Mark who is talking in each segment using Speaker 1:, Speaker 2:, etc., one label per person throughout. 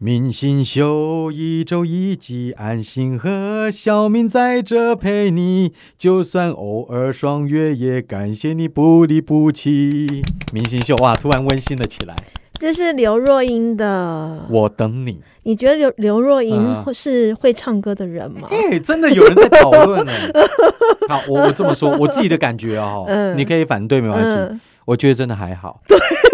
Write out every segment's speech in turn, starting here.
Speaker 1: 明星秀一周一集，安心和小明在这陪你，就算偶尔爽约，也感谢你不离不弃。明星秀哇，突然温馨了起来。
Speaker 2: 这是刘若英的。
Speaker 1: 我等你，
Speaker 2: 你觉得刘刘若英
Speaker 1: 嗯
Speaker 2: 会是会唱歌的人吗？
Speaker 1: 哎、真的有人在讨论呢。 好，我我这么说，我自己的感觉哦，
Speaker 2: 嗯
Speaker 1: 你可以反对没关系，
Speaker 2: 嗯，
Speaker 1: 我觉得真的还好。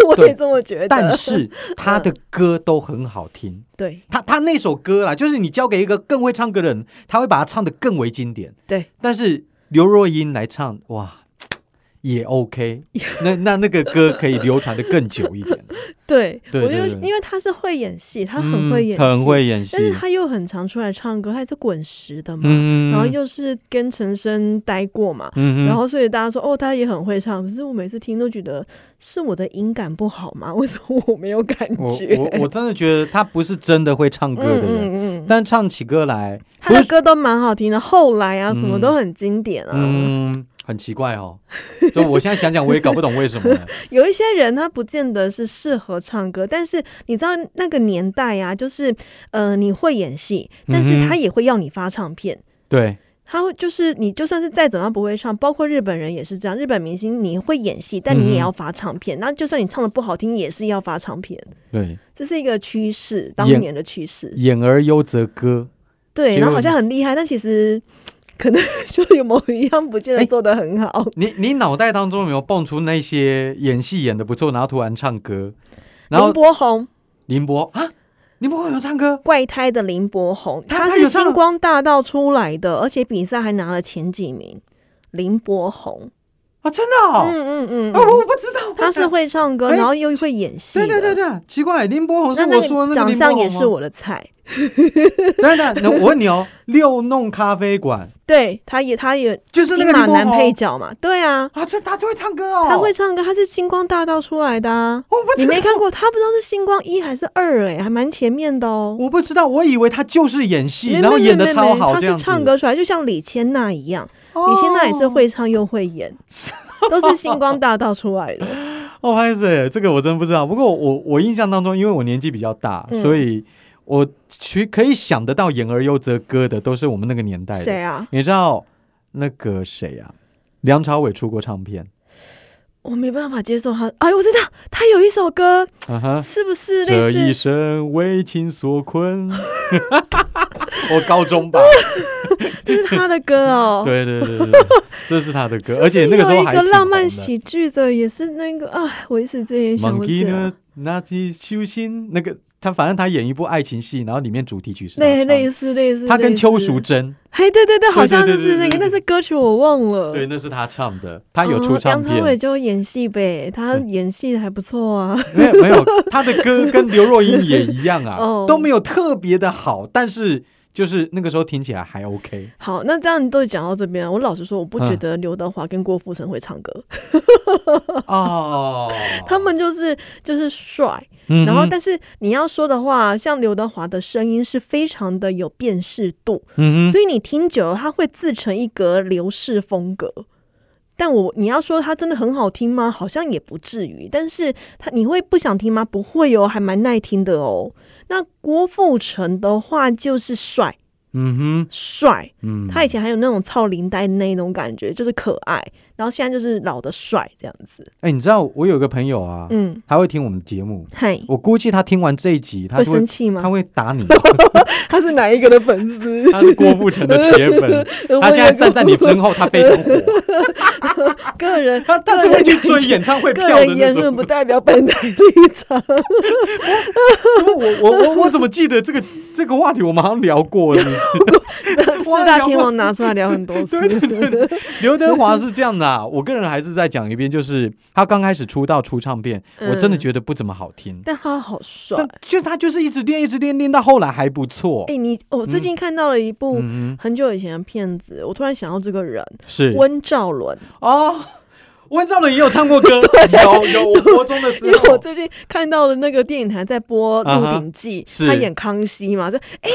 Speaker 2: 我
Speaker 1: 对
Speaker 2: 也这么觉得。
Speaker 1: 但是他的歌都很好听。
Speaker 2: 对
Speaker 1: 他他那首歌啦，就是你交给一个更会唱歌的人，他会把它唱得更为经典。
Speaker 2: 对，
Speaker 1: 但是刘若英来唱，哇，也 OK 那。那那个歌可以流传的更久一点。
Speaker 2: 对，
Speaker 1: 对
Speaker 2: 我
Speaker 1: 对
Speaker 2: 就
Speaker 1: 对
Speaker 2: 因为他是会演戏， 他很会演戏，
Speaker 1: 嗯很会演戏
Speaker 2: 但。是他又很常出来唱歌，他也是滚石的嘛，
Speaker 1: 嗯
Speaker 2: 然后又是跟陈升待过嘛，
Speaker 1: 嗯
Speaker 2: 然后所以大家说哦，他也很会唱，可是我每次听都觉得是我的音感不好吗？为什么 我没有感
Speaker 1: 我
Speaker 2: 觉？
Speaker 1: 我我真的觉得他不是真的会唱歌
Speaker 2: 嗯
Speaker 1: 的人，
Speaker 2: 嗯嗯，
Speaker 1: 但唱起歌来，
Speaker 2: 他的歌都蛮好听的，后来啊什么
Speaker 1: 嗯
Speaker 2: 都很经典啊。
Speaker 1: 嗯，很奇怪哦。就我现在想想，我也搞不懂 为什么呢。
Speaker 2: 有一些人他不见得是适合唱歌，但是你知道那个年代啊，就是呃你会演戏，但是
Speaker 1: 嗯哼
Speaker 2: 他也会要你发唱片。
Speaker 1: 对，
Speaker 2: 他会就是你，就算是再怎么样不会唱，包括日本人也是这样。日本明星你会演戏，但你
Speaker 1: 嗯
Speaker 2: 也要发唱片。那就算你唱的不好听，也是要发唱片。
Speaker 1: 对，
Speaker 2: 这是一个趋势，当
Speaker 1: 演
Speaker 2: 年的趋势。
Speaker 1: 演而优则歌。
Speaker 2: 对，
Speaker 1: 结
Speaker 2: 然后
Speaker 1: 果
Speaker 2: 好像很厉害，但其实可能 就有某一样不见得
Speaker 1: 哎
Speaker 2: 做得很好。
Speaker 1: 你你脑袋当中有没有蹦出那些演戏演的不错，然后突然唱歌，然后
Speaker 2: 林柏宏，
Speaker 1: 林博啊，林博有唱歌，
Speaker 2: 怪胎的林柏宏，
Speaker 1: 他他
Speaker 2: 是
Speaker 1: 有唱
Speaker 2: 星光大道出来的，而且比赛还拿了前几名。林柏宏，
Speaker 1: 啊，真的、哦
Speaker 2: 嗯嗯嗯
Speaker 1: 啊，我我不知道，
Speaker 2: 他是会唱歌，
Speaker 1: 哎
Speaker 2: 然后又会演戏的。
Speaker 1: 对对对对，奇怪，林柏宏是
Speaker 2: 那
Speaker 1: 我说的
Speaker 2: 那
Speaker 1: 那个
Speaker 2: 个长
Speaker 1: 林柏
Speaker 2: 相
Speaker 1: 宏啊
Speaker 2: 也 是
Speaker 1: 吗。
Speaker 2: 我的菜。
Speaker 1: 等等，那我问你哦，六弄咖啡馆
Speaker 2: 对，他也他也
Speaker 1: 就是那
Speaker 2: 金
Speaker 1: 个
Speaker 2: 马
Speaker 1: 林
Speaker 2: 男
Speaker 1: 柏
Speaker 2: 配
Speaker 1: 宏
Speaker 2: 角嘛，对啊，
Speaker 1: 啊，这他就会唱歌哦，
Speaker 2: 他会，唱歌，他是星光大道出来的啊。
Speaker 1: 我不
Speaker 2: 你
Speaker 1: 知道
Speaker 2: 没，看过，他不知道是星光一还是二哎、还蛮前面的哦。
Speaker 1: 我不知道，我以为他就是演戏，
Speaker 2: 没
Speaker 1: 然后
Speaker 2: 没
Speaker 1: 演
Speaker 2: 没
Speaker 1: 的
Speaker 2: 没
Speaker 1: 超
Speaker 2: 没
Speaker 1: 好，
Speaker 2: 他
Speaker 1: 这
Speaker 2: 是
Speaker 1: 样子。
Speaker 2: 唱歌出来，就像李千娜一样，
Speaker 1: 哦，
Speaker 2: 李千娜也是会唱又会演，都是星光大道出来 的。
Speaker 1: 哦，拍谁？这个我真不知道。不过我我印象当中，因为我年纪比较大，
Speaker 2: 嗯
Speaker 1: 所以我去可以想得到“演而优则歌”的，都是我们那个年代
Speaker 2: 谁
Speaker 1: 的。
Speaker 2: 啊？
Speaker 1: 你知道那个谁啊？梁朝伟出过唱片，
Speaker 2: 我没办法接受他。哎，我知道，他有一首歌，
Speaker 1: 啊哈，
Speaker 2: 是不是
Speaker 1: 这一
Speaker 2: 类似？
Speaker 1: 生为情所 困。我高中吧，
Speaker 2: 这 是他的歌哦。
Speaker 1: 对对对对对，这是他的歌，而且那个时候还
Speaker 2: 有一
Speaker 1: 挺
Speaker 2: 个浪漫
Speaker 1: 红的
Speaker 2: 喜剧的，也是那个啊，我一时之间也想不
Speaker 1: Monkey
Speaker 2: 起来
Speaker 1: 呢。，那些修心那个他，反正他演一部爱情戏，然后里面主题曲是他
Speaker 2: 类
Speaker 1: 唱
Speaker 2: 类
Speaker 1: 的，
Speaker 2: 似类似，
Speaker 1: 他跟
Speaker 2: 类似
Speaker 1: 邱淑，贞。
Speaker 2: 嘿，对对对，好像就
Speaker 1: 对对
Speaker 2: 是那
Speaker 1: 对
Speaker 2: 个，
Speaker 1: 对对
Speaker 2: 那是歌曲我忘了。
Speaker 1: 对，
Speaker 2: 哦，
Speaker 1: 那是他唱的，他有出唱
Speaker 2: 梁朝伟
Speaker 1: 片，
Speaker 2: 就演戏呗，他演戏还不错啊。
Speaker 1: 没有没有，他的歌跟刘若英也一样
Speaker 2: 哦
Speaker 1: 啊，都没有特别的好，但是就是那个时候听起来还 OK。
Speaker 2: 好，那这样都讲到这边，我老实说，我不
Speaker 1: 嗯
Speaker 2: 觉得刘德华跟郭富城会唱歌，
Speaker 1: 哦，
Speaker 2: 他们就是就是帅，
Speaker 1: 嗯哼，
Speaker 2: 然后但是你要说的话，像刘德华的声音是非常的有辨识度，
Speaker 1: 嗯哼，
Speaker 2: 所以你听久了，它会自成一格流逝风格。但我你要说它真的很好听吗？好像也不至于。但是它你会不想听吗？不会哦，还蛮耐听的哦。那郭富城的话就是帅
Speaker 1: 嗯哼，
Speaker 2: 帅，
Speaker 1: 嗯，
Speaker 2: 他以前还有那种操林带的那种感觉，就是可爱。然后现在就是老的帅这样子。
Speaker 1: 哎，你知道我有个朋友啊，
Speaker 2: 嗯，
Speaker 1: 他会听我们节目，
Speaker 2: 嗨，
Speaker 1: 我估计他听完这一集，他
Speaker 2: 会
Speaker 1: 就会
Speaker 2: 生气
Speaker 1: 他
Speaker 2: 吗？
Speaker 1: 会打 你，
Speaker 2: 他是哪一个的粉 丝？
Speaker 1: 他是郭富城的铁粉，他现在站在你身后，他非常火，
Speaker 2: 个人，
Speaker 1: 他他是会去追演唱会
Speaker 2: 个
Speaker 1: 票的
Speaker 2: 人
Speaker 1: 那
Speaker 2: 言
Speaker 1: 种
Speaker 2: 论。不代表本台立 场。
Speaker 1: 我我我我怎么记得这个这个话题我们好像聊过，是不是？
Speaker 2: 四大天王拿出来聊很多 次。
Speaker 1: 刘德华是这样的、啊，我个人还是再讲一遍，就是他刚开始出道出唱片，
Speaker 2: 嗯
Speaker 1: 我真的觉得不怎么好听，
Speaker 2: 但他好帅。
Speaker 1: 但就他就是一直练一直练，练到后来还不错
Speaker 2: 哎、。你我最近看到了一部
Speaker 1: 嗯，
Speaker 2: 很久以前的片子，我突然想到这个人
Speaker 1: 是
Speaker 2: 温兆伦，
Speaker 1: 哦，温兆伦也有唱过 歌，有有，我国中的时
Speaker 2: 因为我
Speaker 1: 候。
Speaker 2: 最近看到了那个电影台在播《
Speaker 1: 啊
Speaker 2: 鹿
Speaker 1: 哈
Speaker 2: 鼎记》
Speaker 1: 是
Speaker 2: 他演康熙嘛，这哎、温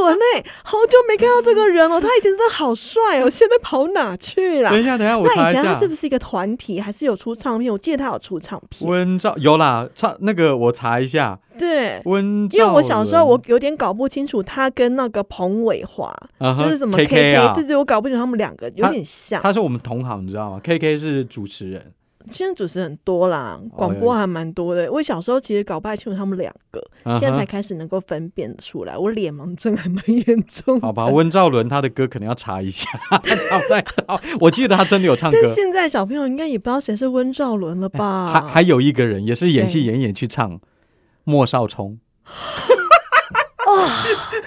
Speaker 2: 兆伦哎、好久没看到这个人了，他以前真的好帅哦，现在跑哪去
Speaker 1: 等
Speaker 2: 了？
Speaker 1: 一下，等一下，我
Speaker 2: 那
Speaker 1: 查
Speaker 2: 以
Speaker 1: 一
Speaker 2: 前他
Speaker 1: 下
Speaker 2: 是。不是一个团体，还是有出唱片？我记得他有出唱片。
Speaker 1: 温兆有啦，唱那个我查一下，
Speaker 2: 对，
Speaker 1: 温兆
Speaker 2: 因为
Speaker 1: 伦，
Speaker 2: 我小时候我有点搞不清楚他跟那个彭伟华
Speaker 1: 啊哈
Speaker 2: 就是什么
Speaker 1: KK 啊
Speaker 2: 对，对，我搞不清楚他们两个有点像。
Speaker 1: 他是我们同行，你知道吗？KK 是主持人，
Speaker 2: 现在主持人很多啦，广播还蛮多
Speaker 1: 哦
Speaker 2: 的。我小时候其实搞不太清楚他们两个，
Speaker 1: 嗯哼
Speaker 2: 现在才开始能够分辨出来。我脸盲症还蛮严重 的
Speaker 1: 好吧，温兆伦他的歌可能要查一下， 查不太到。我记得他真的有唱歌哎
Speaker 2: 但，现在小朋友应该也不知道谁是温兆伦了吧？
Speaker 1: 还还有一个人也是演戏
Speaker 2: 谁
Speaker 1: 演演去唱莫少聪，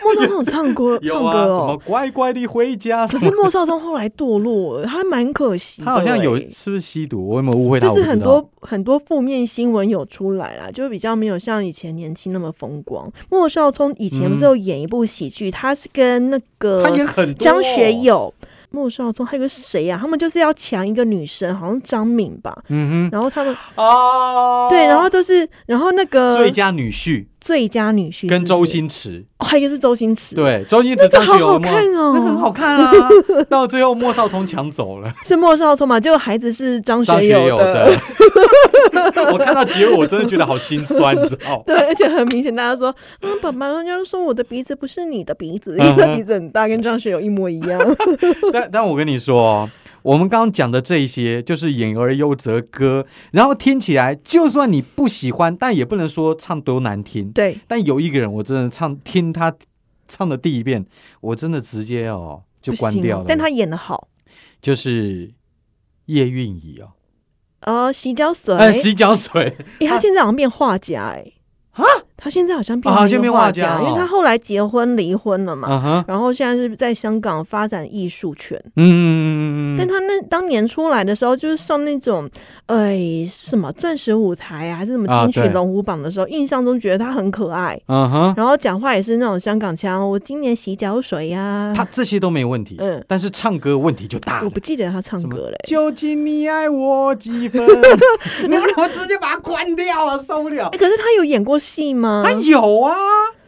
Speaker 2: 莫少聪有唱歌 唱
Speaker 1: 有啊，
Speaker 2: 歌
Speaker 1: 什么
Speaker 2: 哦，
Speaker 1: 乖乖的回家，
Speaker 2: 可是莫少聪后来堕落了，他还蛮可惜的欸。
Speaker 1: 他好像有是不是吸毒？我有没有误会他？
Speaker 2: 就是
Speaker 1: 我不知
Speaker 2: 很
Speaker 1: 道
Speaker 2: 多很多负面新闻有出来啦，就比较没有像以前年轻那么风光。莫少聪以前不是有演一部喜剧，他是跟那
Speaker 1: 嗯他也
Speaker 2: 个
Speaker 1: 很多
Speaker 2: 张学，友、莫少聪还有个谁呀、啊？他们就是要抢一个女生，好像张敏吧。
Speaker 1: 嗯
Speaker 2: 然后他们
Speaker 1: 哼，哦，
Speaker 2: 对，然后都是，然后那个
Speaker 1: 最佳女婿
Speaker 2: 最佳女婿
Speaker 1: 跟周星
Speaker 2: 星，
Speaker 1: 驰，
Speaker 2: 哦，还有一个是周星驰，
Speaker 1: 对，周星驰、张学友
Speaker 2: 好
Speaker 1: 的莫
Speaker 2: 好看哦，
Speaker 1: 那很好看啊， 到最后莫少聪抢走了
Speaker 2: 是莫少聪嘛？结果孩子是张
Speaker 1: 张
Speaker 2: 学
Speaker 1: 学友
Speaker 2: 友
Speaker 1: 的， 我看到结尾我真的觉得好心酸，你知道吗？
Speaker 2: 对，而且很明显，大家说，嗯，爸爸，人家说我的鼻子不是你的鼻子，
Speaker 1: 嗯
Speaker 2: 因为他鼻子很大，跟张学友一模一 样。
Speaker 1: 但但我跟你说哦，我们刚刚讲的这一些，就是演而优则歌，然后听起来，就算你不喜欢，但也不能说唱多难听。
Speaker 2: 对，
Speaker 1: 但有一个人，我真的唱听他唱的第一遍，我真的直接哦就
Speaker 2: 不
Speaker 1: 关
Speaker 2: 行
Speaker 1: 掉
Speaker 2: 哦
Speaker 1: 了。
Speaker 2: 但他演的好，
Speaker 1: 就是叶蕴仪哦，
Speaker 2: 呃，洗脚水，
Speaker 1: 哎，洗脚 水，
Speaker 2: 诶他现在好像变画家、诶哎，啊，他现在好像变
Speaker 1: 啊
Speaker 2: 成
Speaker 1: 就
Speaker 2: 一个
Speaker 1: 变
Speaker 2: 画
Speaker 1: 画家
Speaker 2: 因为
Speaker 1: 哦
Speaker 2: 他后来结婚离婚了嘛。
Speaker 1: 嗯哼，
Speaker 2: 然后现在是在香港发展艺术圈，
Speaker 1: 嗯，
Speaker 2: 但他那当年出来的时候，就是上那种，哎，是什么钻石舞台啊，还是什么
Speaker 1: 啊
Speaker 2: 金曲
Speaker 1: 对
Speaker 2: 龙虎榜的时候，印象中觉得他很可爱，
Speaker 1: 嗯 哼，
Speaker 2: 然后讲话也是那种香港腔，我今年洗脚水呀、
Speaker 1: 他这些都没问题，
Speaker 2: 嗯
Speaker 1: 但是唱歌问题就大
Speaker 2: 我
Speaker 1: 了。
Speaker 2: 不记得他唱
Speaker 1: 什么
Speaker 2: 歌嘞。
Speaker 1: 究竟你爱我几 分？然后我直接把它关掉啊，受不了
Speaker 2: 哎、。可是他有演过戏吗
Speaker 1: 他？有啊，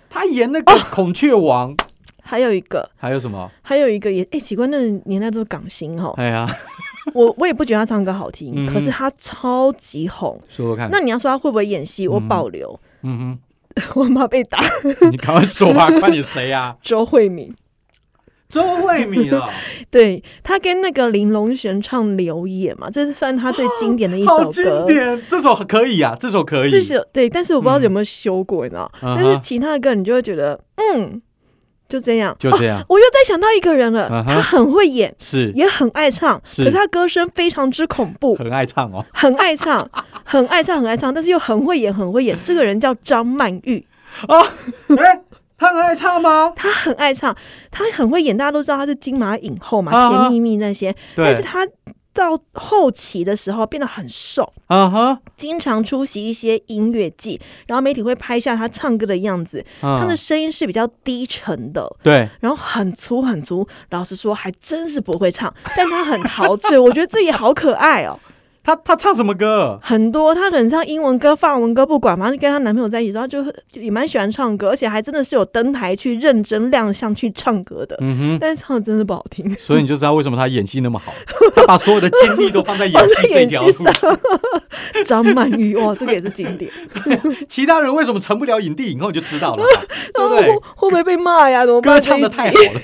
Speaker 1: 他演那个孔雀王，
Speaker 2: 哦还有一个，
Speaker 1: 还有什么？
Speaker 2: 还有一个也，哎、奇怪，那个年代都是港星哈。
Speaker 1: 哎呀，
Speaker 2: 我我也不觉得他唱歌好听，
Speaker 1: 嗯
Speaker 2: 可是他超级红。
Speaker 1: 说说看。
Speaker 2: 那你要说他会不会演戏，我保留，
Speaker 1: 嗯
Speaker 2: 我妈被打。
Speaker 1: 哼，你赶快说吧，看你谁 呀、
Speaker 2: 周慧敏，
Speaker 1: 周慧敏 啊，
Speaker 2: 对他跟那个林隆璇唱《流野》嘛，这是算他最经典的一首
Speaker 1: 好经
Speaker 2: 歌。
Speaker 1: 典，这首可以啊，这首可以。
Speaker 2: 这首对，但是我不知道有没有修过，你知道？
Speaker 1: 嗯哼
Speaker 2: 但是其他的歌你就会觉得，嗯，就这样。
Speaker 1: 就这样
Speaker 2: 哦我又再想到一个人了，
Speaker 1: 嗯哼
Speaker 2: 他很会演，
Speaker 1: 是
Speaker 2: 也很爱唱，
Speaker 1: 是
Speaker 2: 可是他歌声非常之恐 怖，
Speaker 1: 很爱唱 哦。
Speaker 2: 很爱唱，很爱唱，很爱唱，但是又很会演，很会演。这个人叫张曼玉，
Speaker 1: 哎，他很爱唱吗？
Speaker 2: 他很爱唱，他很会演，大家都知道他是金马影后嘛，
Speaker 1: 啊
Speaker 2: 甜蜜蜜》那些，但是
Speaker 1: 对，
Speaker 2: 他到后期的时候变得很瘦。
Speaker 1: 啊哈，
Speaker 2: 经常出席一些音乐季，然后媒体会拍下他唱歌的样子，他
Speaker 1: 嗯
Speaker 2: 的声音是比较低沉的，
Speaker 1: 对，
Speaker 2: 然后很粗很粗。老实说，还真是不会唱，但他很陶醉，我觉得这也好可爱哦。
Speaker 1: 他他唱什么歌？
Speaker 2: 很多她可能唱英文歌、法文歌不管，反正跟她男朋友在一起，然后就就也蛮喜欢唱歌，而且还真的是有登台去认真亮相去唱歌的。
Speaker 1: 嗯哼，
Speaker 2: 但是唱的真的不好听，
Speaker 1: 所以你就知道为什么他演戏那么好， 他把所有的精力都放在演 戏这条
Speaker 2: 我
Speaker 1: 路
Speaker 2: 是演技上。张曼玉，哇，这个也是经 典，
Speaker 1: 其他人为什么成不了影帝影后，你就知道了， 对不
Speaker 2: 会
Speaker 1: 对？
Speaker 2: 会不会被骂呀？怎么
Speaker 1: 歌
Speaker 2: 办？
Speaker 1: 唱的太好了，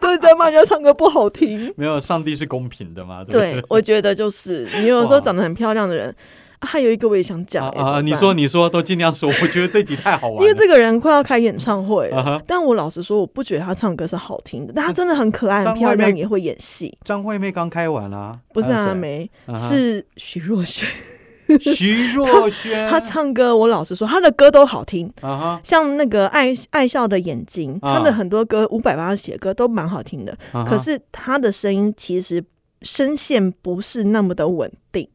Speaker 2: 对，在骂人家唱歌不好听。
Speaker 1: 没有，上帝是公平的嘛？对不
Speaker 2: 对，我觉得就是你有时
Speaker 1: 哇
Speaker 2: 候长得很漂亮的人，啊还有一个我也想讲
Speaker 1: 啊
Speaker 2: 欸怎么
Speaker 1: 啊！
Speaker 2: 办
Speaker 1: 你说，你说，都尽量说。我觉得这集太好玩
Speaker 2: 因为
Speaker 1: 了。
Speaker 2: 这个人快要开演唱会
Speaker 1: 啊
Speaker 2: 了，
Speaker 1: 哈
Speaker 2: 但我老实说，我不觉得他唱歌是好听的，但他真的很可爱、
Speaker 1: 嗯张
Speaker 2: 很漂
Speaker 1: 惠
Speaker 2: 亮，
Speaker 1: 妹
Speaker 2: 也会演戏。
Speaker 1: 张惠妹刚开完啊，
Speaker 2: 不是
Speaker 1: 还有谁
Speaker 2: 阿梅，
Speaker 1: 啊哈
Speaker 2: 是徐 若瑄。
Speaker 1: 徐若瑄，
Speaker 2: 她唱歌，我老实说，她的歌都好听，
Speaker 1: 啊哈
Speaker 2: 像那个爱爱笑的眼睛，
Speaker 1: 啊
Speaker 2: 她的很多歌，伍佰帮她写的歌都蛮好听的。
Speaker 1: 啊哈，
Speaker 2: 可是她的声音其实声线不是那么的稳定，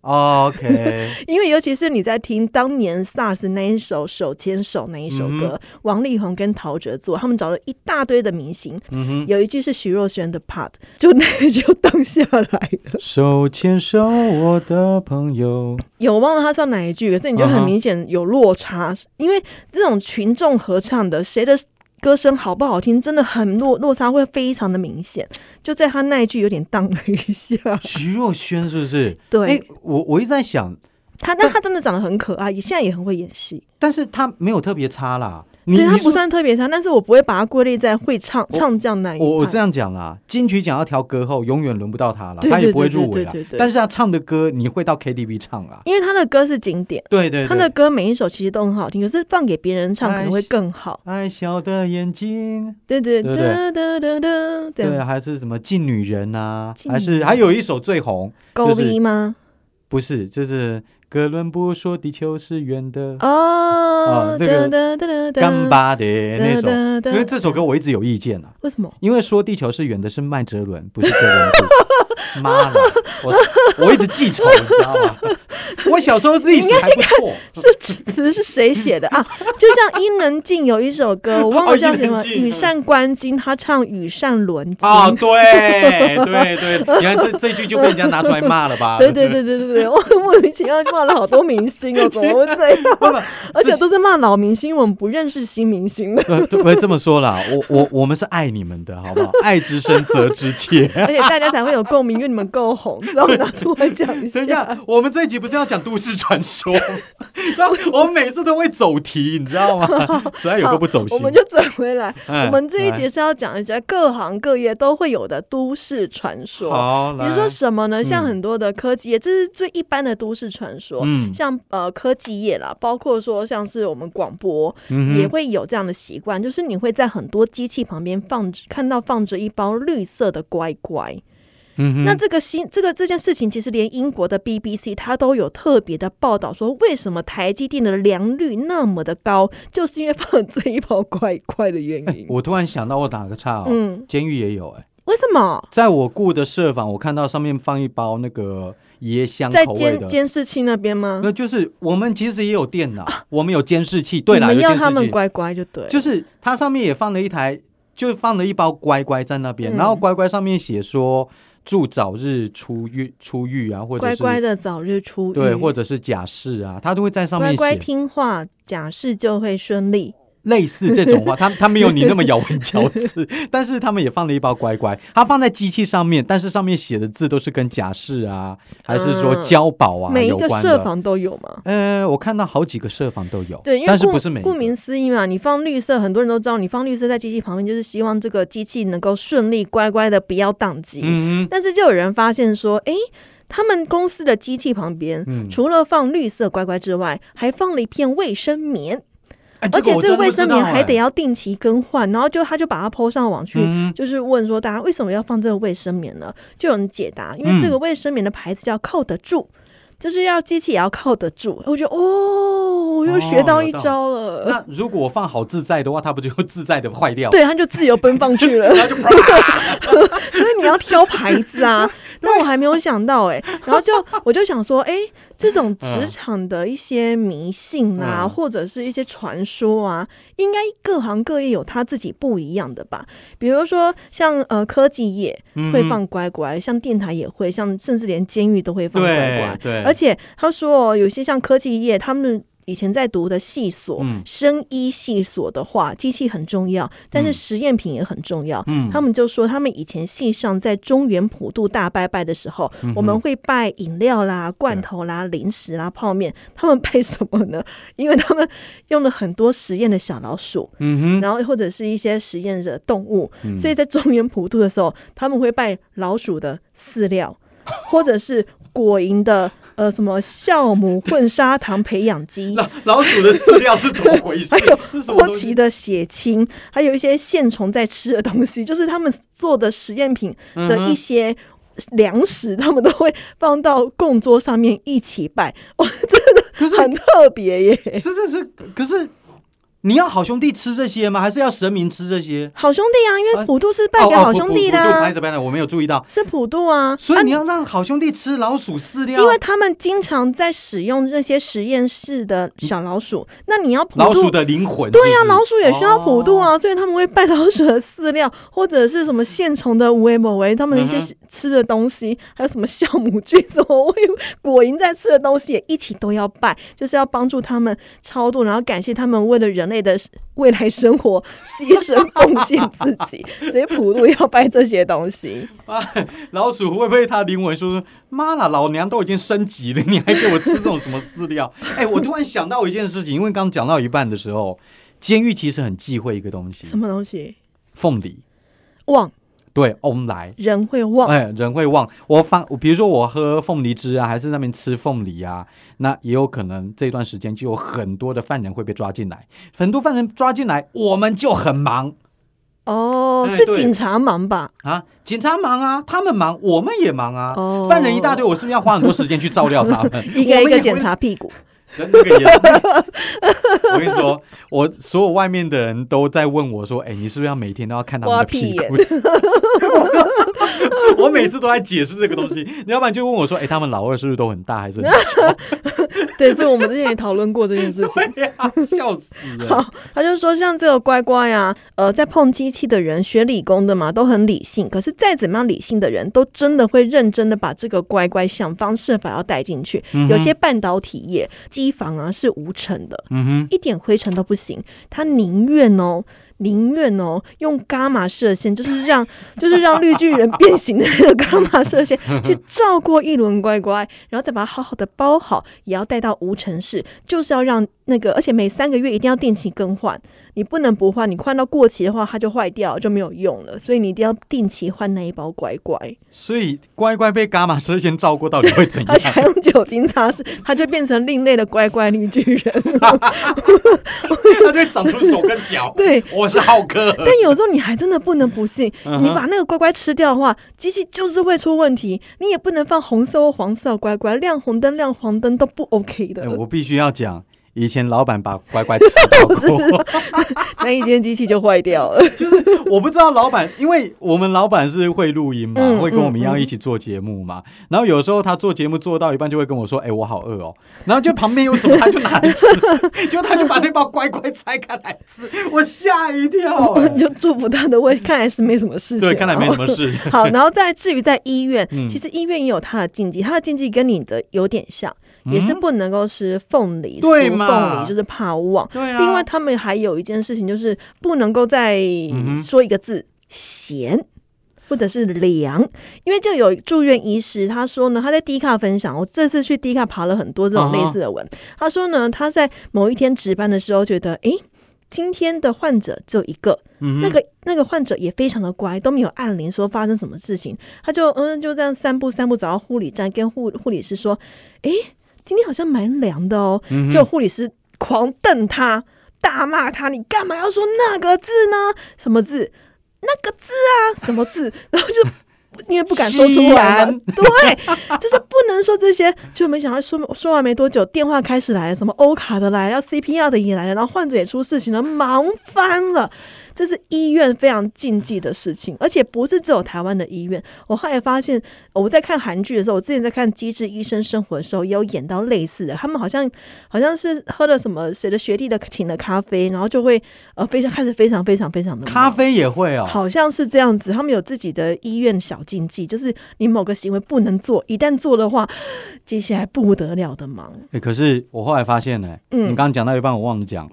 Speaker 1: 哦 OK，
Speaker 2: 因为尤其是你在听当年 SARS 那一首《手牵手》那一首歌，
Speaker 1: 嗯
Speaker 2: 王力宏跟陶喆做，他们找了一大堆的明星，
Speaker 1: 嗯
Speaker 2: 有一句是徐若瑄的 part，就那个就荡下来了
Speaker 1: 哼，。手牵手，我的朋友，
Speaker 2: 有忘了他唱哪一句，可是你就
Speaker 1: 嗯
Speaker 2: 很
Speaker 1: 哼
Speaker 2: 明显有落差，因为这种群众合唱的，谁的歌声好不好听，真的很落落差会非常的明显，就在他那一句有点荡了一下。
Speaker 1: 徐若瑄是不是？
Speaker 2: 对
Speaker 1: 哎，我我一直在想，
Speaker 2: 他但他真的长得很可爱，也现在也很会演戏。
Speaker 1: 但是他没有特别差啦。你
Speaker 2: 对他
Speaker 1: 你
Speaker 2: 不
Speaker 1: 说
Speaker 2: 算特别差，但是我不会把他归类在会唱唱将那一派。
Speaker 1: 我我这样讲啦，金曲奖要调歌后，永远轮不到他了，
Speaker 2: 对
Speaker 1: 他也
Speaker 2: 对
Speaker 1: 不会
Speaker 2: 对对
Speaker 1: 入围啦
Speaker 2: 对对。对
Speaker 1: 但是他唱的歌，你会到 KTV 唱啊？
Speaker 2: 因为他的歌是经典，
Speaker 1: 对对对，
Speaker 2: 他的歌每一首其实都很好听，可是放给别人唱可能会更好。
Speaker 1: 爱笑的眼睛，
Speaker 2: 对对
Speaker 1: 对
Speaker 2: 对
Speaker 1: 对
Speaker 2: 对对对，这
Speaker 1: 对，啊
Speaker 2: 样
Speaker 1: 还是什么近女人啊，
Speaker 2: 近女
Speaker 1: 还是
Speaker 2: 人
Speaker 1: 还有一首最红，
Speaker 2: 高
Speaker 1: 就是
Speaker 2: 逼吗？
Speaker 1: 不是，就是哥伦布说地球是圆的，
Speaker 2: 哦
Speaker 1: 啊，那个
Speaker 2: 哒哒哒哒
Speaker 1: 干巴的那首。
Speaker 2: 哒哒
Speaker 1: 因为这首歌我一直有意见啊，
Speaker 2: 为什么？
Speaker 1: 因为说地球是圆的是麦哲伦，不是哥伦布。妈的，我我一直记仇，你知道 吗？我小时候历史还不错，
Speaker 2: 这词是谁写的啊？就像伊能静有一首歌，我忘
Speaker 1: 哦
Speaker 2: 了叫
Speaker 1: 伊
Speaker 2: 什
Speaker 1: 能
Speaker 2: 么，《
Speaker 1: 静
Speaker 2: 羽扇纶巾》，他唱羽扇纶
Speaker 1: 啊，
Speaker 2: 巾。
Speaker 1: 对对对，你看这这句就被人家拿出来骂了吧？
Speaker 2: 对对对对对对，我莫名其妙骂了好多明星哦，怎么会这样？
Speaker 1: 不不，
Speaker 2: 而且都是骂老明星，我们不认识新明星 的。
Speaker 1: 呃不不不这么说啦，我我我们是爱你们的，好不好？爱之深责之切。
Speaker 2: 而且大家才会有共鸣，因为你们够红，只要拿出来讲一
Speaker 1: 等一
Speaker 2: 下。
Speaker 1: 下，我们这一集不是要讲都市传说吗？ 然后我们每次都会走题，你知道吗？实在有个不走
Speaker 2: 我
Speaker 1: 心。
Speaker 2: 们就转回来，
Speaker 1: 哎
Speaker 2: 我们这一
Speaker 1: 来
Speaker 2: 节是要讲一下各行各业都会有的都市传说。
Speaker 1: 好，
Speaker 2: 比如
Speaker 1: 来
Speaker 2: 说什么呢？像
Speaker 1: 嗯
Speaker 2: 很多的科技业，这是最一般的都市传说。
Speaker 1: 嗯
Speaker 2: 像呃科技业啦，包括说像是我们广播、
Speaker 1: 嗯
Speaker 2: 也
Speaker 1: 哼
Speaker 2: 会有这样的习惯，就是你会在很多机器旁边放着看到放着一包绿色的乖乖。
Speaker 1: 嗯哼
Speaker 2: 那这个新这个这件事情，其实连英国的 BBC 它都有特别的报道说，为什么台积电的良率那么的高，就是因为放了这一包乖乖的原因。
Speaker 1: 哎我突然想到，我打个岔哦，
Speaker 2: 嗯，
Speaker 1: 监狱也有哎，
Speaker 2: 为什么
Speaker 1: 在我雇的社访，我看到上面放一包那个椰香
Speaker 2: 在
Speaker 1: 口味
Speaker 2: 监
Speaker 1: 的。嗯
Speaker 2: 监视器那边吗？
Speaker 1: 那就是我们其实也有电脑，我们有监视器。对
Speaker 2: 啊你
Speaker 1: 啦，
Speaker 2: 们
Speaker 1: 有
Speaker 2: 要
Speaker 1: 监
Speaker 2: 他
Speaker 1: 视
Speaker 2: 们
Speaker 1: 器。
Speaker 2: 乖乖就对了，
Speaker 1: 就是它上面也放了一台，就放了一包乖乖在那边，
Speaker 2: 嗯
Speaker 1: 然后乖乖上面写说祝早日出狱出狱啊，或者
Speaker 2: 乖
Speaker 1: 是
Speaker 2: 乖的早日出狱，
Speaker 1: 对，或者是假释啊，他都会在上面
Speaker 2: 乖
Speaker 1: 写
Speaker 2: 乖听话，假释就会顺利。
Speaker 1: 类似这种话。他他没有你那么咬文嚼 字，但是他们也放了一包乖乖，它放在机器上面，但是上面写的字都是跟假释啊，还是说
Speaker 2: 嗯
Speaker 1: 交保啊、
Speaker 2: 每一
Speaker 1: 有
Speaker 2: 个
Speaker 1: 关
Speaker 2: 社
Speaker 1: 的。
Speaker 2: 房都有吗？
Speaker 1: 呃，我看到好几个社房都有，
Speaker 2: 对，因为
Speaker 1: 但是
Speaker 2: 顾
Speaker 1: 不是每一
Speaker 2: 顾
Speaker 1: 个
Speaker 2: 名思义嘛，你放绿色，很多人都知道，你放绿色在机器旁边，就是希望这个机器能够顺利乖乖的不要宕机。
Speaker 1: 嗯
Speaker 2: 但是就有人发现说，诶，他们公司的机器旁边，
Speaker 1: 嗯
Speaker 2: 除了放绿色乖乖之外，还放了一片卫生棉，
Speaker 1: 哎
Speaker 2: 而且
Speaker 1: 我
Speaker 2: 这
Speaker 1: 真
Speaker 2: 个
Speaker 1: 的
Speaker 2: 卫
Speaker 1: 不知
Speaker 2: 生
Speaker 1: 道
Speaker 2: 棉还
Speaker 1: 哎
Speaker 2: 得要定期更换。然后就他就把它抛上网去，
Speaker 1: 嗯哼
Speaker 2: 就是问说大家为什么要放这个卫生棉呢？就有人解答，因为
Speaker 1: 嗯
Speaker 2: 这个卫生棉的牌子叫靠得住。就是要机器也要靠得住，哎我觉得哦，我又学到一招了。
Speaker 1: 那如果我放好自在的话，它不就自在的坏掉？，
Speaker 2: 对，它就自由奔放去了。
Speaker 1: 然后就啪
Speaker 2: 所以你要挑牌 子啊。那我还没有想到哎、然后就我就想说，哎、这种职场的一些迷信啊，
Speaker 1: 嗯
Speaker 2: 或者是一些传说啊，应该各行各业有它自己不一样的吧？比如说像呃科技业
Speaker 1: 嗯
Speaker 2: 会放乖乖，像电台也会，像甚至连监狱都会放乖
Speaker 1: 对
Speaker 2: 乖。
Speaker 1: 对，
Speaker 2: 而且他说哦，有些像科技业，他们以前在读的系所，
Speaker 1: 嗯
Speaker 2: 生医系所的话，机器很重要，但是
Speaker 1: 嗯
Speaker 2: 实验品也很重要。
Speaker 1: 嗯
Speaker 2: 他们就说，他们以前系上在中原普渡大拜拜的时候，
Speaker 1: 嗯
Speaker 2: 我们会拜饮料啦、罐头啦、零食啦、泡面。他们 拜什么呢？因为他们用了很多实验的小老鼠，
Speaker 1: 嗯哼，
Speaker 2: 然后或者是一些实验的动物，所以在中原普渡的时候，他们会拜老鼠的饲料， 或者是果蝇的呃什么酵母混砂糖培 养基。
Speaker 1: 老老鼠的饲料是怎么回事？
Speaker 2: 还有
Speaker 1: 是什么
Speaker 2: 波
Speaker 1: 东
Speaker 2: 奇
Speaker 1: 西？
Speaker 2: 的血清，还有一些线虫在吃的东西，就是他们做的实验品的一
Speaker 1: 嗯
Speaker 2: 些粮食，他们都会放到供桌上面一起拜， 哇，
Speaker 1: 可
Speaker 2: 真
Speaker 1: 是
Speaker 2: 的很特别耶！
Speaker 1: 这这是，可是你要好兄弟吃这些吗？还是要神明吃这些？
Speaker 2: 好兄弟啊，因为
Speaker 1: 啊
Speaker 2: 普渡是拜给好兄弟的
Speaker 1: 哦哦不不不不不
Speaker 2: 啊、
Speaker 1: 拍着拍着，我没有注意到。
Speaker 2: 是普渡啊，
Speaker 1: 所以
Speaker 2: 啊
Speaker 1: 你要让好兄弟吃老鼠饲料，
Speaker 2: 因为他们经常在使用那些实验室的小老鼠，那你要普
Speaker 1: 老鼠
Speaker 2: 渡。
Speaker 1: 的嗯灵魂。
Speaker 2: 对呀、
Speaker 1: 是不是
Speaker 2: 老鼠也需要普渡啊，所以他们会拜老鼠的饲料，或者是什么线虫的无为某为，他们的一些
Speaker 1: 嗯哼
Speaker 2: 吃的东西，还有什么酵母菌、什么喂果蝇在吃的东西，也一起都要拜，就是要帮助他们超度，然后感谢他们为了人类的未来生活牺牲奉献自己，所以普渡要拜这些东西。
Speaker 1: 老鼠会不会他灵魂说说妈啦，老娘都已经升级了，你还给我吃这种什么饲料？哎，我突然想到一件事情，因为刚讲到一半的时候，监狱其实很忌讳一个东西
Speaker 2: 什，么东西？
Speaker 1: 凤梨，
Speaker 2: 忘
Speaker 1: 对，翁来。
Speaker 2: 人会忘，
Speaker 1: 哎，人会忘。我放，我比如说我喝凤梨汁啊，还是那边吃凤梨啊，那也有可能这段时间就有很多的犯人会被抓进来，很多犯人抓进来，我们就很忙
Speaker 2: 哦，
Speaker 1: 哎
Speaker 2: 是
Speaker 1: 对
Speaker 2: 警察忙吧？
Speaker 1: 啊，警察忙啊，他们忙，我们也忙啊，
Speaker 2: 哦
Speaker 1: 犯人一大堆，我是不是要花很多时间去照料他们？
Speaker 2: 一个
Speaker 1: 我们
Speaker 2: 一个
Speaker 1: 也
Speaker 2: 检
Speaker 1: 会
Speaker 2: 查屁股，
Speaker 1: 那那个也，我跟你说，我所有外面的人都在问我说：“哎、你是不是要每天都要看他们的
Speaker 2: 挖
Speaker 1: 屁
Speaker 2: 屁
Speaker 1: 股？” 我每次都在解释这个东西，你要不然就问我说：“哎、他们老二是不是都很大，还是很小
Speaker 3: 对，这我们之前也讨论过这件事情。？”
Speaker 1: 对呀，笑死了。
Speaker 2: 他就说，像这个乖乖呀、呃，在碰机器的人，学理工的嘛，都很理性。可是再怎么样理性的人，都真的会认真的把这个乖乖想方设法要带进去。
Speaker 3: 嗯
Speaker 2: 有些半导体业机房啊是无尘的，
Speaker 1: 嗯
Speaker 2: 一点灰尘都不行。他宁愿哦，宁愿哦，用伽马射线，就是让 就是让绿巨人变形的那个伽马射线去照过一轮乖乖，然后再把它好好的包好，也要带到无尘室，就是要让那个，而且每三个月一定要定期更换，你不能不换，你换到过期的话它就坏掉就没有用了，所以你一定要定期换那一包乖 乖，
Speaker 1: 哼，所以乖乖被伽马射线照过，到底会怎样
Speaker 2: 而？且 还用酒精擦拭，它就变成另类的乖乖绿巨 人。
Speaker 1: 它就会长出手跟脚。
Speaker 2: 对，
Speaker 1: 我是浩哥。
Speaker 2: 但有时候你还真的不能不信，
Speaker 1: 嗯哼
Speaker 2: 你把那个乖乖吃掉的话，机器就是会出问题。你也不能放红色或黄色的乖乖，亮红灯、亮黄灯都不 OK 的
Speaker 1: 哎。我必须要讲，以前老板把乖 乖吃掉过。
Speaker 2: 那一间机器就坏掉 了。
Speaker 1: 我不知道老板，因为我们老板是会录音嘛，
Speaker 2: 嗯
Speaker 1: 会跟我们一样一起做节目嘛。然后有时候他做节目做到一半，就会跟我说：“哎、我好饿哦。”然后就旁边有什么他就拿来 吃，就他就把那包乖乖拆开来吃，我吓一跳、
Speaker 2: 我
Speaker 1: 哎
Speaker 2: 就祝福他 的胃，看来是没什么事情。
Speaker 1: 对，看来没什么。 事。
Speaker 2: 好，然后再至于在医院，
Speaker 1: 嗯
Speaker 2: 其实医院也有它的禁忌，它的禁忌跟你的有点像，也是不能够吃凤梨、
Speaker 1: 嗯对
Speaker 2: 熟
Speaker 1: 嘛
Speaker 2: 凤梨就是怕忘。
Speaker 1: 对啊，
Speaker 2: 另外，他们还有一件事情，就是不能够再
Speaker 1: 嗯哼
Speaker 2: 说一个字“咸”或者是“凉”，因为就有住院医师他说呢，他在 D 卡分享，我这次去 D 卡爬了很多这种类似的文，他说呢，他在某一天值班的时候觉得，诶，今天的患者只有一个，
Speaker 1: 嗯哼
Speaker 2: 那个那个患者也非常的乖，都没有按铃说发生什么事情，他就嗯就这样散步散步走到护理站，跟护护理师说：“诶，今天好像蛮凉的哦。
Speaker 1: 嗯哼
Speaker 2: 就护理师狂瞪他，大骂他：“你干嘛要说那个字呢？什么字？那个字啊？什么字？” 然后就。因为不敢说出
Speaker 1: 西
Speaker 2: 来嘛
Speaker 1: 安，
Speaker 2: 对，就是不能说这些。就没想到说说完没多久，电话开始来了，什么欧卡的来了，要 CPR 的也来了，然后患者也出事情了，忙翻了。这是医院非常禁忌的事情，而且不是只有台湾的医院。我后来发现，我在看韩剧的时候，我之前在看《机智医生生活》的时候，也有演到类似的。他们好像好像是喝了什么谁的学弟的请的咖啡，然后就会呃非常开始非常非常非常的
Speaker 1: 咖啡也会哦。
Speaker 2: 好像是这样子，他们有自己的医院小禁忌，就是你某个行为不能做，一旦做的话，接下来不得了的忙。
Speaker 1: 哎可是我后来发现呢、
Speaker 2: 嗯
Speaker 1: 你刚刚讲到一半，我忘了讲，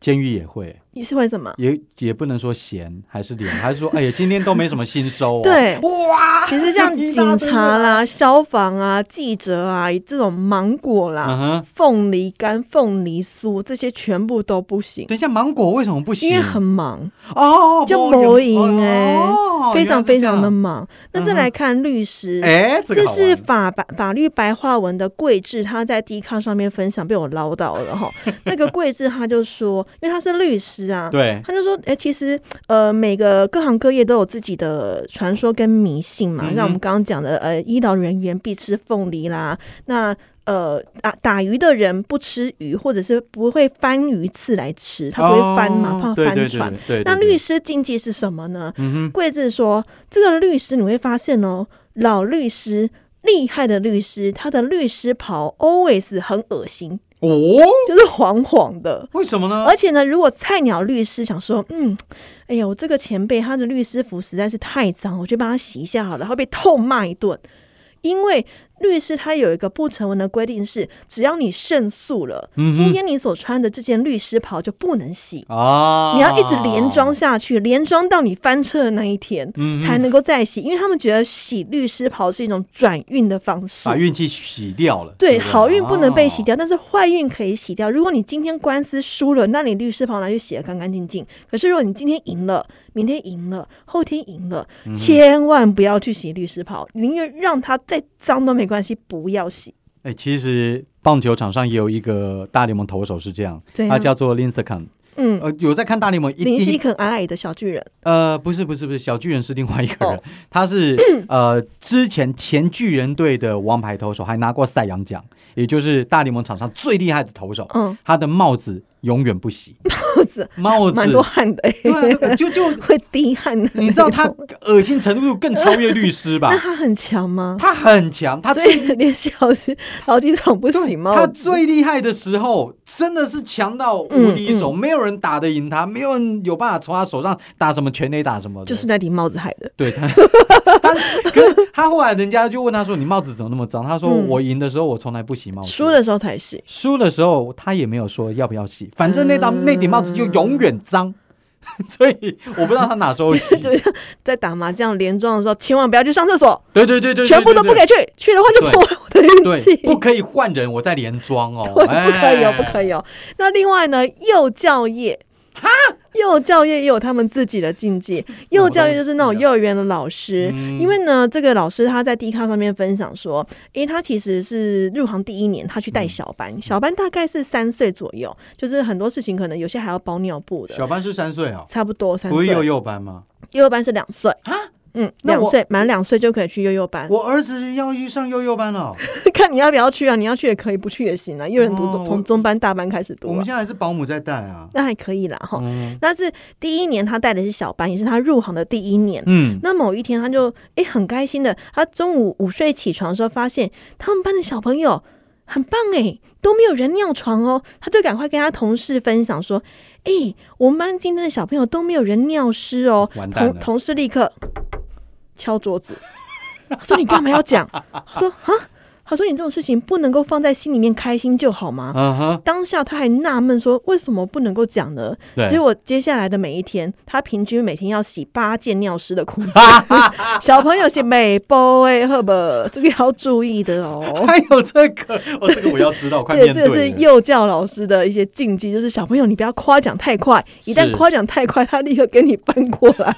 Speaker 1: 监狱也会。
Speaker 2: 你是为什么？
Speaker 1: 也也不能说咸还是凉，还是说哎呀，今天都没什么新收、哦。
Speaker 2: 对
Speaker 1: 哇，
Speaker 2: 其实 像
Speaker 1: 一大堆
Speaker 2: 警察啦、消防啊、记者啊这种芒果啦、
Speaker 1: 嗯哼，
Speaker 2: 凤梨干、凤梨酥这些全部都不行，
Speaker 1: 等一下，芒果为什么不行？
Speaker 2: 因为很忙，
Speaker 1: 哦，
Speaker 2: 就
Speaker 1: 某
Speaker 2: 某营
Speaker 1: 哦
Speaker 2: 欸非常非常的
Speaker 1: 忙。
Speaker 2: 忙。那再来看律师，
Speaker 1: 嗯哎，这个
Speaker 2: 这
Speaker 1: 好玩
Speaker 2: 是法白法律白话文的桂智，他在 D 康上面分享被我捞到 了哈。那个桂智他就说，因为他是律师啊，
Speaker 1: 对，
Speaker 2: 他就说，哎、其实呃，每个各行各业都有自己的传说跟迷信嘛。
Speaker 1: 嗯哼
Speaker 2: 像我们刚刚讲的，呃，医疗人员必吃凤梨啦，那呃打打鱼的人不吃鱼，或者是不会翻鱼刺来吃，他不会翻嘛，怕、
Speaker 1: 哦对
Speaker 2: 翻
Speaker 1: 对
Speaker 2: 船
Speaker 1: 对。对，对
Speaker 2: 那律，师禁忌是什么呢？
Speaker 1: 对嗯哼，
Speaker 2: 桂智说，这个律师你会发现哦，老律师。厉害的律师，他的律师袍 always 很恶心，
Speaker 1: 哦，
Speaker 2: 就是黄黄的。
Speaker 1: 为什么呢？
Speaker 2: 而且呢，如果菜鸟律师想说，嗯，哎呀，我这个前辈他的律师服实在是太脏，我去帮他洗一下好了，会被痛骂一顿。因为律师他有一个不成文的规定是，只要你胜诉了，
Speaker 1: 嗯哼
Speaker 2: 今天你所穿的这件律师袍就不能洗，
Speaker 1: 啊，
Speaker 2: 你要一直连装下去，连装到你翻车的那一天，
Speaker 1: 嗯哼
Speaker 2: 才能够再洗，因为他们觉得洗律师袍是一种转运的方式
Speaker 1: 把。运气洗掉了。
Speaker 2: 对，
Speaker 1: 不哦
Speaker 2: 好运不能被洗。掉，但是坏运可以洗掉。如果你今天官司输了，那你律师袍拿去洗的干干净净。可是如果你今天赢了，明天赢了，后天赢了，
Speaker 1: 嗯
Speaker 2: 千万不要去洗律师袍，宁愿让它再脏都没关系，不要洗。
Speaker 1: 哎、其实棒球场上也有一个大联盟投手是这样，
Speaker 2: 怎
Speaker 1: 他
Speaker 2: 样
Speaker 1: 叫做 Lincecum。
Speaker 2: 嗯，
Speaker 1: 呃，有在看大联盟一
Speaker 2: 林
Speaker 1: 定
Speaker 2: 夕肯矮矮的小巨人，
Speaker 1: 呃，不是不是不是，小巨人是另外一个人，
Speaker 2: 哦
Speaker 1: 他 是呃之前前巨人队的王牌投手，还拿过赛扬奖，也就是大联盟场上最厉害的投手。
Speaker 2: 嗯，
Speaker 1: 他的帽子永远不 洗，
Speaker 2: 裤子
Speaker 1: 帽子
Speaker 2: 蛮多汗的、
Speaker 1: 对啊，对啊就就
Speaker 2: 会滴汗的。
Speaker 1: 你知道他？恶心程度更超越律师吧
Speaker 2: 那？ 他很强吗？
Speaker 1: 他很强，他
Speaker 2: 所
Speaker 1: 最
Speaker 2: 以 连小 机小机场不
Speaker 1: 对
Speaker 2: 行吗？
Speaker 1: 他最厉害的时候真的是强到无敌
Speaker 2: 嗯
Speaker 1: 手，没有人打得赢他，没有人有办法从他手上打什么全垒打什么的。
Speaker 2: 就是那顶帽子害的。
Speaker 1: 对 他，他可是他后来人家就问他说：“你帽子怎么那么脏？”他说：“
Speaker 3: 嗯
Speaker 1: 我赢的时候我从来不洗帽子，
Speaker 2: 输的时候才洗，
Speaker 1: 输的时候他也没有说要不要洗，反正那顶
Speaker 2: 嗯
Speaker 1: 那顶帽子就永远脏， 所以我不知道他哪时候洗。
Speaker 2: 就像在打麻将连庄的时候，千万不要去上厕所，
Speaker 1: 对对对对，对
Speaker 2: 全部都不
Speaker 1: 对
Speaker 2: 给去，去的话就
Speaker 1: 对
Speaker 2: 破坏我的运
Speaker 1: 对，
Speaker 2: 气。
Speaker 1: 不可以换人，我再连装哦，
Speaker 2: 对，不可以哦，不可
Speaker 1: 以。
Speaker 2: 以哦。那另外呢，幼教业，哈，幼教业也有他们自己的境界。幼教业就是那种幼儿园的老师，
Speaker 1: 啊嗯
Speaker 2: 因为呢，这个老师他在 D 卡上面分享说，诶，他其实是入行第一年，他去
Speaker 1: 嗯
Speaker 2: 带小班，小班大概是三岁左右，就是很多事情可能有些还要包尿布的，
Speaker 1: 小班是三岁哦，
Speaker 2: 差不多三
Speaker 1: 不
Speaker 2: 岁。
Speaker 1: 是幼
Speaker 2: 幼
Speaker 1: 幼班吗？
Speaker 2: 幼班是两岁
Speaker 1: 啊。
Speaker 2: 嗯，
Speaker 1: 那
Speaker 2: 两
Speaker 1: 我
Speaker 2: 岁满两岁就可以去幼幼班，
Speaker 1: 我儿子要去上幼幼班 了，
Speaker 2: 看你要不要去啊？你要去也可以，不去也行啊。幼人读
Speaker 1: 哦
Speaker 2: 中
Speaker 1: 我
Speaker 2: 从中班、大班开始
Speaker 1: 我
Speaker 2: 读、
Speaker 1: 们
Speaker 2: 啊，
Speaker 1: 现在还是保姆在带啊。
Speaker 2: 那还可以啦哈。
Speaker 1: 嗯
Speaker 2: 那是第一年他带的是小班，也是他入行的第一年。
Speaker 1: 嗯，
Speaker 2: 那某一天，他就诶很开心的，他中午午睡起床的时候，发现他们班的小朋友很棒诶，都没有人尿床哦，他就赶快跟他同事分享说：“诶，我们班今天的小朋友都没有人尿湿哦。
Speaker 1: 完”蛋
Speaker 2: 同
Speaker 1: 了
Speaker 2: 同事立刻敲桌子， 他说：“你干嘛要讲？” 他说：“啊，他说你这种事情不能够放在心里面，开心就好吗？”
Speaker 1: 嗯哼，
Speaker 2: 当下他还纳闷说：“为什么不能够讲呢？”
Speaker 1: 对，
Speaker 2: 结果接下来的每一天，他平均每天要洗八件尿湿的 裤子。小朋友洗每包哎，赫伯，这个要注意的 哦。
Speaker 1: 还有这个，哦，这个我要知 道，快
Speaker 2: 对，
Speaker 1: 面
Speaker 2: 这个是
Speaker 1: 了
Speaker 2: 幼教老师的一些禁忌，就是小朋友你不要夸奖太快，一旦
Speaker 1: 是
Speaker 2: 夸奖太快，他立刻跟你翻过 来。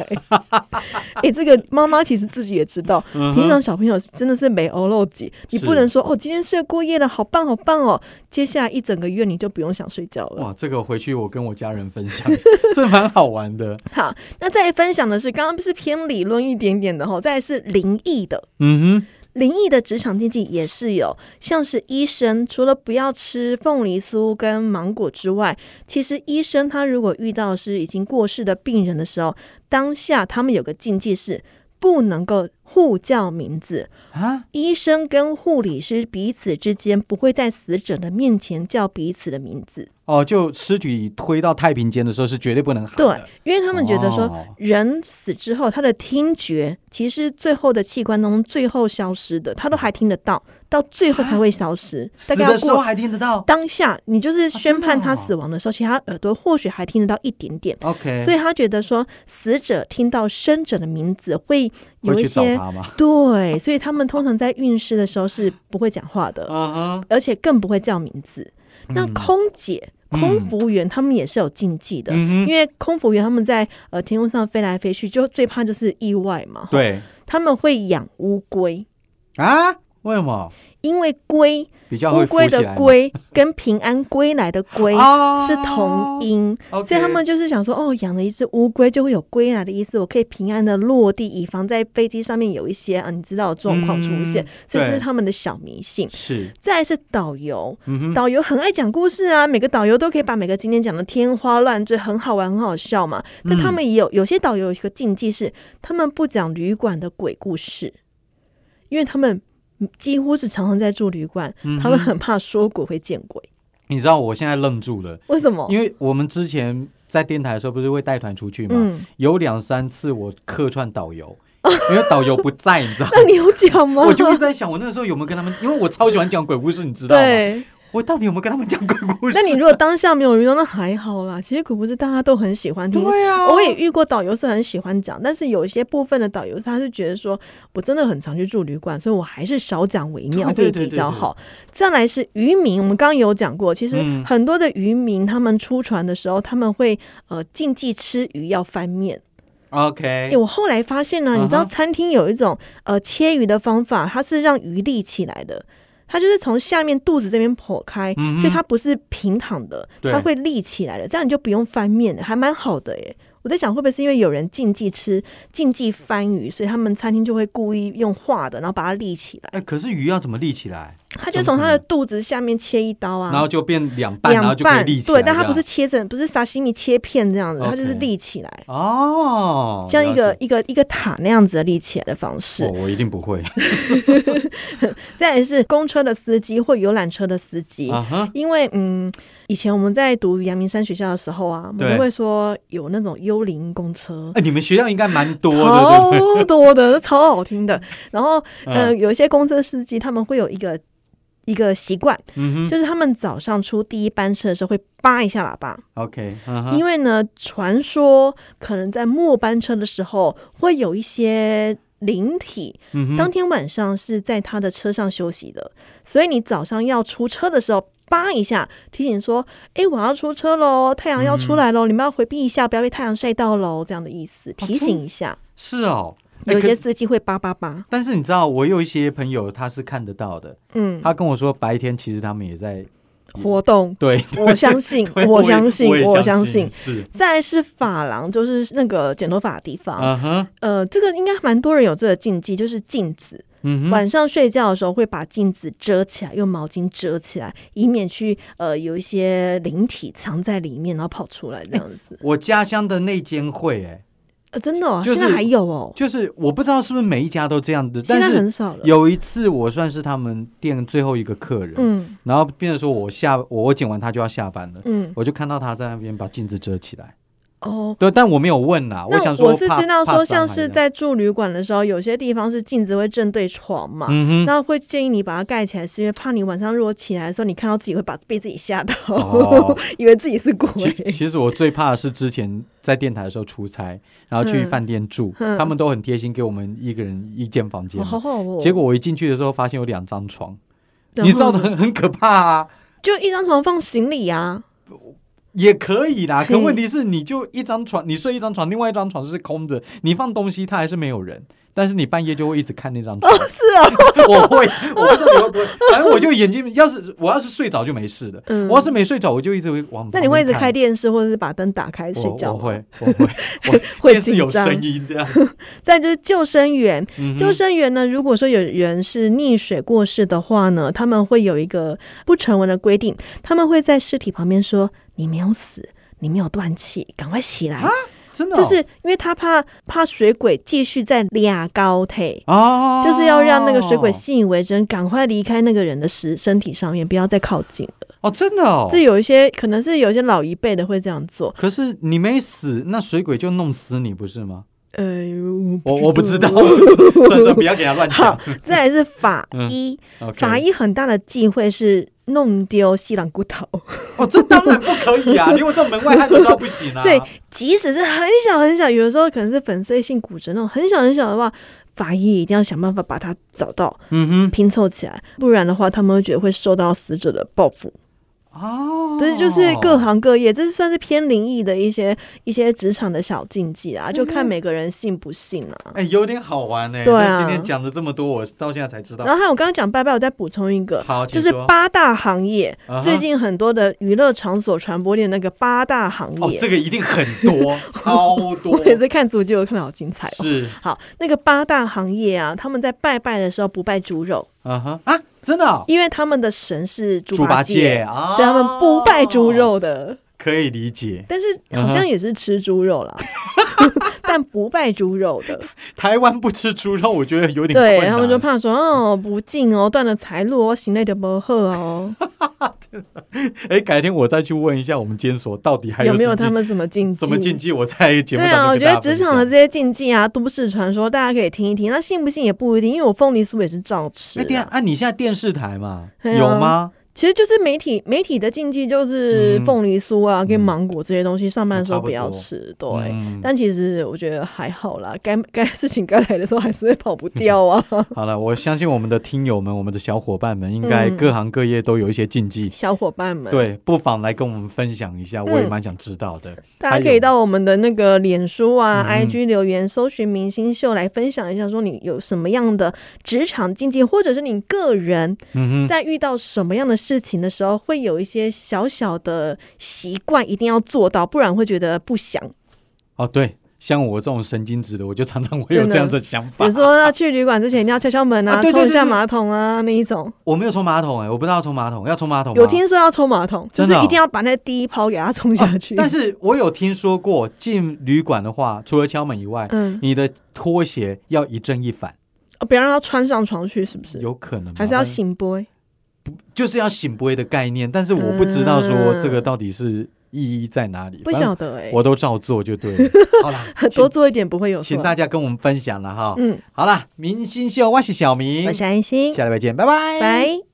Speaker 2: 哎、这个妈妈其实自己也知道，
Speaker 1: 嗯哼
Speaker 2: 平常小朋友真的是没欧漏几，你
Speaker 1: 是
Speaker 2: 不能说哦，今天睡过夜了，好棒好棒哦，接下来一整个月你就不用想睡觉了。
Speaker 1: 哇，这个回去我跟我家人分享， 这蛮好玩的。
Speaker 2: 好，那再来分享的是，刚刚不是偏理论一点点的哈，再来是灵异的。
Speaker 1: 嗯
Speaker 2: 灵异的职场禁忌也是有，像是医生，除了不要吃凤梨酥跟芒果之外，其实医生他如果遇到是已经过世的病人的时候，当下他们有个禁忌是不能够互叫名字。
Speaker 1: 哼，啊，
Speaker 2: 医生跟护理师彼此之间不会在死者的面前叫彼此的名字，
Speaker 1: 哦，就尸体推到太平间的时候是绝对不能喊
Speaker 2: 对
Speaker 1: 的。，
Speaker 2: 因为他们觉得说
Speaker 1: 哦
Speaker 2: 人死之后，他的听觉其实最后的器官当中最后消失的，他都还听得到，到最后才会消失。大
Speaker 1: 哦死
Speaker 2: 概要
Speaker 1: 的时候
Speaker 2: 过
Speaker 1: 还听得到。
Speaker 2: 当下，你就是宣判他
Speaker 1: 真的哦
Speaker 2: 死亡的时候，其实他耳朵或许还听得到一点点。
Speaker 1: OK，
Speaker 2: 所以他觉得说，死者听到生者的名字会有
Speaker 1: 会
Speaker 2: 一
Speaker 1: 去找
Speaker 2: 些
Speaker 1: 他吗？
Speaker 2: 对，所以他们通常在运尸的时候是不会讲话的，
Speaker 1: 嗯哼，
Speaker 2: 而且更不会叫名字。
Speaker 1: 嗯
Speaker 2: 那空姐、空服务员他们也是有禁忌的，
Speaker 1: 嗯哼，
Speaker 2: 因为空服员他们在呃天空上飞来飞去，就最怕就是意外嘛。，
Speaker 1: 对
Speaker 2: 他们会养乌龟，
Speaker 1: 啊，为什么
Speaker 2: 因为龟
Speaker 1: 比较
Speaker 2: 乌
Speaker 1: 会浮
Speaker 2: 龟
Speaker 1: 起
Speaker 2: 的
Speaker 1: 来吗？
Speaker 2: 龟跟平安归来的龟
Speaker 1: 哦
Speaker 2: 是同音，
Speaker 1: OK
Speaker 2: 所以他们就是想说，哦，养了一只乌龟就会有归来的意思，我可以平安的落地，以防在飞机上面有一些啊你知道的状况出现，
Speaker 1: 嗯
Speaker 2: 所以这
Speaker 1: 对
Speaker 2: 是他们的小迷信。
Speaker 1: 是
Speaker 2: 再来是导游，
Speaker 1: 嗯哼
Speaker 2: 导游很爱讲故事啊，每个导游都可以把每个景点讲的天花乱坠，很好玩，很好笑嘛。
Speaker 1: 嗯
Speaker 2: 但他们也有有些导游有一个禁忌是，他们不讲旅馆的鬼故事，因为他们几乎是常常在住旅馆，
Speaker 1: 嗯
Speaker 2: 他们很怕说鬼会见鬼。
Speaker 1: 你知道我现在愣住了，
Speaker 2: 为什么？
Speaker 1: 因为我们之前在电台的时候不是会带团出去吗？
Speaker 2: 嗯，
Speaker 1: 有两三次我客串导游，因为导游不在，你知道吗？
Speaker 2: 那你有讲 吗？
Speaker 1: 我就一直在想，我那时候有没有跟他们，因为我超喜欢讲鬼故事，你知道吗？
Speaker 3: 对，
Speaker 1: 我到底有没有跟他们讲鬼故事？
Speaker 2: 那你如果当下没有遇到，那还好啦。其实鬼故事大家都很喜欢 听，
Speaker 1: 对啊，
Speaker 2: 我也遇过导游是很喜欢讲，但是有一些部分的导游他是觉得说，我真的很常去住旅馆，所以我还是少讲为妙
Speaker 1: 对对
Speaker 2: 会
Speaker 1: 对
Speaker 2: 比较好。再来是渔民，我们刚刚有讲过，其实
Speaker 1: 嗯
Speaker 2: 很多的渔民他们出船的时候，他们会呃禁忌吃鱼要翻面。哎、
Speaker 1: OK，
Speaker 2: 我后来发现呢、
Speaker 1: 嗯哼
Speaker 2: 你知道餐厅有一种呃切鱼的方法，它是让鱼立起来的。它就是从下面肚子这边剖开，
Speaker 1: 嗯哼
Speaker 2: 所以它不是平躺的，
Speaker 1: 对
Speaker 2: 它会立起来的，这样你就不用翻面了，还蛮好的耶。我在想，会不会是因为有人禁忌吃禁忌翻鱼，所以他们餐厅就会故意用画的，然后把它立起来。
Speaker 1: 哎，可是鱼要怎么立起来？
Speaker 2: 他就
Speaker 1: 怎
Speaker 2: 从
Speaker 1: 么可能
Speaker 2: 他的肚子下面切一刀啊，
Speaker 1: 然后就变两半，然后
Speaker 2: 两
Speaker 1: 就可以
Speaker 2: 半
Speaker 1: 立起来。
Speaker 2: 对，但它
Speaker 1: 这样
Speaker 2: 不是切成，不是沙西米切片这样子，它就是
Speaker 1: OK
Speaker 2: 立起来，
Speaker 1: 哦，
Speaker 2: 像一个
Speaker 1: 了解。
Speaker 2: 一个一个塔那样子的立起来的方式
Speaker 1: 哦。我一定不 会
Speaker 2: 再来是公车的司机或游览车的司机。
Speaker 1: 啊哈！
Speaker 2: 因为嗯，以前我们在读阳明山学校的时候啊，我
Speaker 1: 对
Speaker 2: 们都会说有那种幽灵公车，
Speaker 1: 哎，你们学校应该蛮多的，对不对？
Speaker 2: 超多的，超好听的。然后呃，
Speaker 1: 嗯
Speaker 2: 有一些公车司机他们会有一个一个习惯，
Speaker 1: 嗯哼
Speaker 2: 就是他们早上出第一班车的时候会叭一下喇叭，
Speaker 1: ，OK，嗯哼
Speaker 2: 因为呢，传说可能在末班车的时候会有一些灵体，
Speaker 1: 嗯哼
Speaker 2: 当天晚上是在他的车上休息的，所以你早上要出车的时候。叭一下，提醒说：“诶，我要出车喽，太阳要出来
Speaker 1: 嗯
Speaker 2: 喽，你们要回避一下，不要被太阳晒到喽。”这样的意思，提醒一下。
Speaker 1: 是哦。哎
Speaker 2: 有些
Speaker 1: 啊可
Speaker 2: 司机会叭叭叭，
Speaker 1: 但是你知道，我有一些朋友他是看得到的，
Speaker 2: 嗯，
Speaker 1: 他跟我说白天其实他们也在
Speaker 3: 活动
Speaker 1: 对，，
Speaker 2: 我相信
Speaker 1: 对
Speaker 2: 我
Speaker 1: 也
Speaker 2: 相 信，
Speaker 1: 我也
Speaker 2: 我
Speaker 1: 相
Speaker 2: 相信。
Speaker 1: 是，
Speaker 2: 再来是发廊，就是那个剪头发的地方。
Speaker 1: 嗯哼，
Speaker 2: 呃，这个应该蛮多人有这个禁忌，就是镜子。
Speaker 1: 嗯哼，
Speaker 2: 晚上睡觉的时候会把镜子遮起来，用毛巾遮起来，以免去呃有一些灵体藏在里面，然后跑出来这样 子。
Speaker 1: 我家乡的那间会，哎，
Speaker 2: 呃，真的、哦，
Speaker 1: 就是
Speaker 2: 现在还有哦，
Speaker 1: 就是我不知道是不是每一家都这样子，但
Speaker 2: 现在
Speaker 1: 是
Speaker 2: 很少了。
Speaker 1: 有一次我算是他们店最后一个客人，
Speaker 3: 嗯
Speaker 1: 然后变成说我下我我剪完他就要下班了，
Speaker 3: 嗯，
Speaker 1: 我就看到他在那边把镜子遮起来。
Speaker 3: 哦，
Speaker 1: 对，啊但我没有问啦，
Speaker 2: 那
Speaker 1: 想说
Speaker 2: 是
Speaker 1: 怕
Speaker 2: 知道
Speaker 1: 怕
Speaker 2: 说，
Speaker 1: 伤
Speaker 2: 像
Speaker 1: 害
Speaker 2: 是
Speaker 1: 人
Speaker 2: 在住旅馆的时候，有些地方是镜子会正对床嘛。
Speaker 1: 嗯哼。
Speaker 2: 那会建议你把它盖起来，是因为怕你晚上如果起来的时候，你看到自己会把被自己吓到，
Speaker 1: 哦
Speaker 2: 以为自己是鬼。
Speaker 1: 其其实我最怕的是之前在电台的时候出差，然后去
Speaker 2: 嗯
Speaker 1: 饭店住，
Speaker 2: 嗯
Speaker 1: 他们都很贴心，给我们一个人一间房间
Speaker 2: 哦
Speaker 1: 嘛。
Speaker 2: 好好哦，
Speaker 1: 结果我一进去的时候，发现有两张床，
Speaker 2: 然
Speaker 1: 你知道的
Speaker 2: 后
Speaker 1: 很很可怕啊。
Speaker 2: 就一张床放行 李啊，
Speaker 1: 也可以啦，可
Speaker 2: 嘿
Speaker 1: 问题是你就一张床，你睡一张床，另外一张床是空着，你放东西它还是没有人，但是你半夜就会一直看那张床。
Speaker 2: 是啊，
Speaker 1: 我会，我不知道你会不会，反正我就眼睛，要是我要是睡着就没事的，
Speaker 2: 嗯
Speaker 1: 我要是没睡着我就一直会往。
Speaker 2: 那你会一直开？电视，或者是把灯打开睡觉
Speaker 1: 我我
Speaker 2: 吗？
Speaker 1: 会，我会，
Speaker 2: 会
Speaker 1: 电视
Speaker 2: 紧
Speaker 1: 有
Speaker 2: 张
Speaker 1: 声音这样。
Speaker 2: 再就是救生员，
Speaker 1: 嗯哼
Speaker 2: 救生员呢，如果说有人是溺水过世的话呢，他们会有一个不成文的规定，他们会在尸体旁边说：“你没有死，你没有断气，赶快起来。
Speaker 1: 啊真的哦
Speaker 2: 就是因为他怕怕水鬼继续在俩高腿。
Speaker 1: 哦，
Speaker 2: 就是要让那个水鬼信以为真，赶快离开那个人的身身体上面，不要再靠近了。
Speaker 1: 哦，真的哦
Speaker 2: 这。有一些可能是有一些老一辈的会这样做，
Speaker 1: 可是你没死，那水鬼就弄死你不是吗？
Speaker 2: 呃，
Speaker 1: 我我不知道， 算算不要给他乱讲
Speaker 2: 好。，再来是法医，
Speaker 1: 嗯 OK
Speaker 2: 法医很大的忌讳是弄丢西兰骨头，
Speaker 1: 哦，这当然不可以 啊！连我这种门外汉都知道不行啊。
Speaker 2: 所以即使是很小很小，有的时候可能是粉碎性骨折那种很小很小的话，法医一定要想办法把它找到
Speaker 1: 嗯
Speaker 2: 拼凑起来，不然的话他们会觉得会受到死者的报复。
Speaker 1: 哼，哦，
Speaker 2: 这就是各行各业，这算是偏灵异的一些一些职场的小禁忌啊，就
Speaker 1: 嗯
Speaker 2: 看每个人信不信啊了、
Speaker 1: 哎、有点好玩哎、
Speaker 2: 对啊
Speaker 1: 今天讲了这么多，我到现在才知道
Speaker 2: 然。后还有我刚刚讲拜拜，我再补充一个，
Speaker 1: 好，
Speaker 2: 就
Speaker 1: 请
Speaker 2: 是
Speaker 1: 说
Speaker 2: 八大行业，
Speaker 1: 啊哈
Speaker 2: 最近很多的娱乐场所传播链那个八大行
Speaker 1: 哦，
Speaker 2: 业，
Speaker 1: 这个一定很多，超多
Speaker 2: 我，每次看足球我看的好精彩哦。
Speaker 1: 是
Speaker 2: 好，那个八大行业啊，他们在拜拜的时候不拜猪肉，
Speaker 1: 啊哈啊，真的哦、
Speaker 2: 因为他们的神是猪
Speaker 1: 八
Speaker 2: 八
Speaker 1: 戒
Speaker 2: 戒，
Speaker 1: 啊，哦
Speaker 2: 所以他们不拜猪，肉的。
Speaker 1: 可以理解。
Speaker 2: 但是好像也是吃猪肉啦，
Speaker 1: 啊
Speaker 2: 但不拜猪肉 的。
Speaker 1: 台湾不吃猪肉，我觉得有点困
Speaker 2: 对
Speaker 1: 难
Speaker 2: 他们就怕说哦不敬哦，断了财路哦，行内的不喝哦。
Speaker 1: 哎，改天我再去问一下我们监所到底 还什
Speaker 2: 有
Speaker 1: 么
Speaker 2: 没有他们什么禁忌？
Speaker 1: 什么禁忌，我在节目
Speaker 2: 对
Speaker 1: 当中
Speaker 2: 啊，我
Speaker 1: 跟
Speaker 2: 觉
Speaker 1: 大
Speaker 2: 得
Speaker 1: 家
Speaker 2: 职
Speaker 1: 分
Speaker 2: 场的
Speaker 1: 享
Speaker 2: 这些禁忌啊、都市传说，大家可以听一听。那信不信也不一定，因为我凤梨酥也是照吃、
Speaker 1: 哎，对啊
Speaker 2: 啊。，
Speaker 1: 啊，你现在电视台嘛，
Speaker 2: 对啊
Speaker 1: 有吗？
Speaker 2: 其实就是媒体媒体的禁忌就是
Speaker 1: 嗯
Speaker 2: 凤梨酥啊、
Speaker 1: 嗯
Speaker 2: 跟芒果这些东西，上班的时
Speaker 1: 差
Speaker 2: 候
Speaker 1: 不
Speaker 2: 不要
Speaker 1: 多
Speaker 2: 吃。对，
Speaker 1: 嗯
Speaker 2: 但其实我觉得还好啦，该该事情该来的时候还是会跑不 掉啊。
Speaker 1: 好了，我相信我们的听友们、我们的小伙伴们，应该
Speaker 3: 嗯
Speaker 1: 各行各业都有一些禁忌。
Speaker 2: 小伙伴们，
Speaker 1: 对，不妨来跟我们分享一下，我也
Speaker 3: 嗯
Speaker 1: 蛮想知道的。
Speaker 2: 大家可以
Speaker 1: 还有
Speaker 2: 到我们的那个脸书啊、
Speaker 1: 嗯
Speaker 2: IG 留言，搜寻“明星秀”来分享一下，说你有什么样的职场禁忌，或者是你个人
Speaker 1: 嗯哼，
Speaker 2: 在遇到什么样的事情的时候，会有一些小小的习惯一定要做到，不然会觉得不祥。
Speaker 1: 哦，对，像我这种神经质的，我就常常会有
Speaker 2: 真的
Speaker 1: 这样子的想
Speaker 2: 比
Speaker 1: 法
Speaker 2: 如。说要去旅馆之前一定要敲敲门
Speaker 1: 啊
Speaker 2: 啊，
Speaker 1: 对对
Speaker 2: 冲一下
Speaker 1: 对对
Speaker 2: 马桶啊那一种。
Speaker 1: 我没有冲马桶哎、我不知道冲马桶，要冲马桶吗啊
Speaker 2: 有听说要冲马桶，就
Speaker 1: 真
Speaker 2: 是
Speaker 1: 的哦啊
Speaker 2: 一定要把那第一泡给它冲下去。
Speaker 1: 但是我有听说过，进旅馆的话，除了敲门以外，
Speaker 2: 嗯，
Speaker 1: 你的拖鞋要一正一反，
Speaker 2: 哦不要让它穿上床去，是不是？
Speaker 1: 有可能吗
Speaker 2: 还是要，醒波？
Speaker 1: 就是要醒杯的概念。但是我不知道说这个到底是意义在哪里，
Speaker 2: 嗯不
Speaker 1: 反正
Speaker 2: 晓得哎、
Speaker 1: 我都照做就对了。好啦，
Speaker 2: 多
Speaker 1: 请
Speaker 2: 做一点不会有错
Speaker 1: 请。大家跟我们分享了哈。
Speaker 2: 嗯，
Speaker 1: 好啦，明星秀，我是小明
Speaker 2: 我，是安心，
Speaker 1: 下礼拜见，拜拜，
Speaker 2: 拜。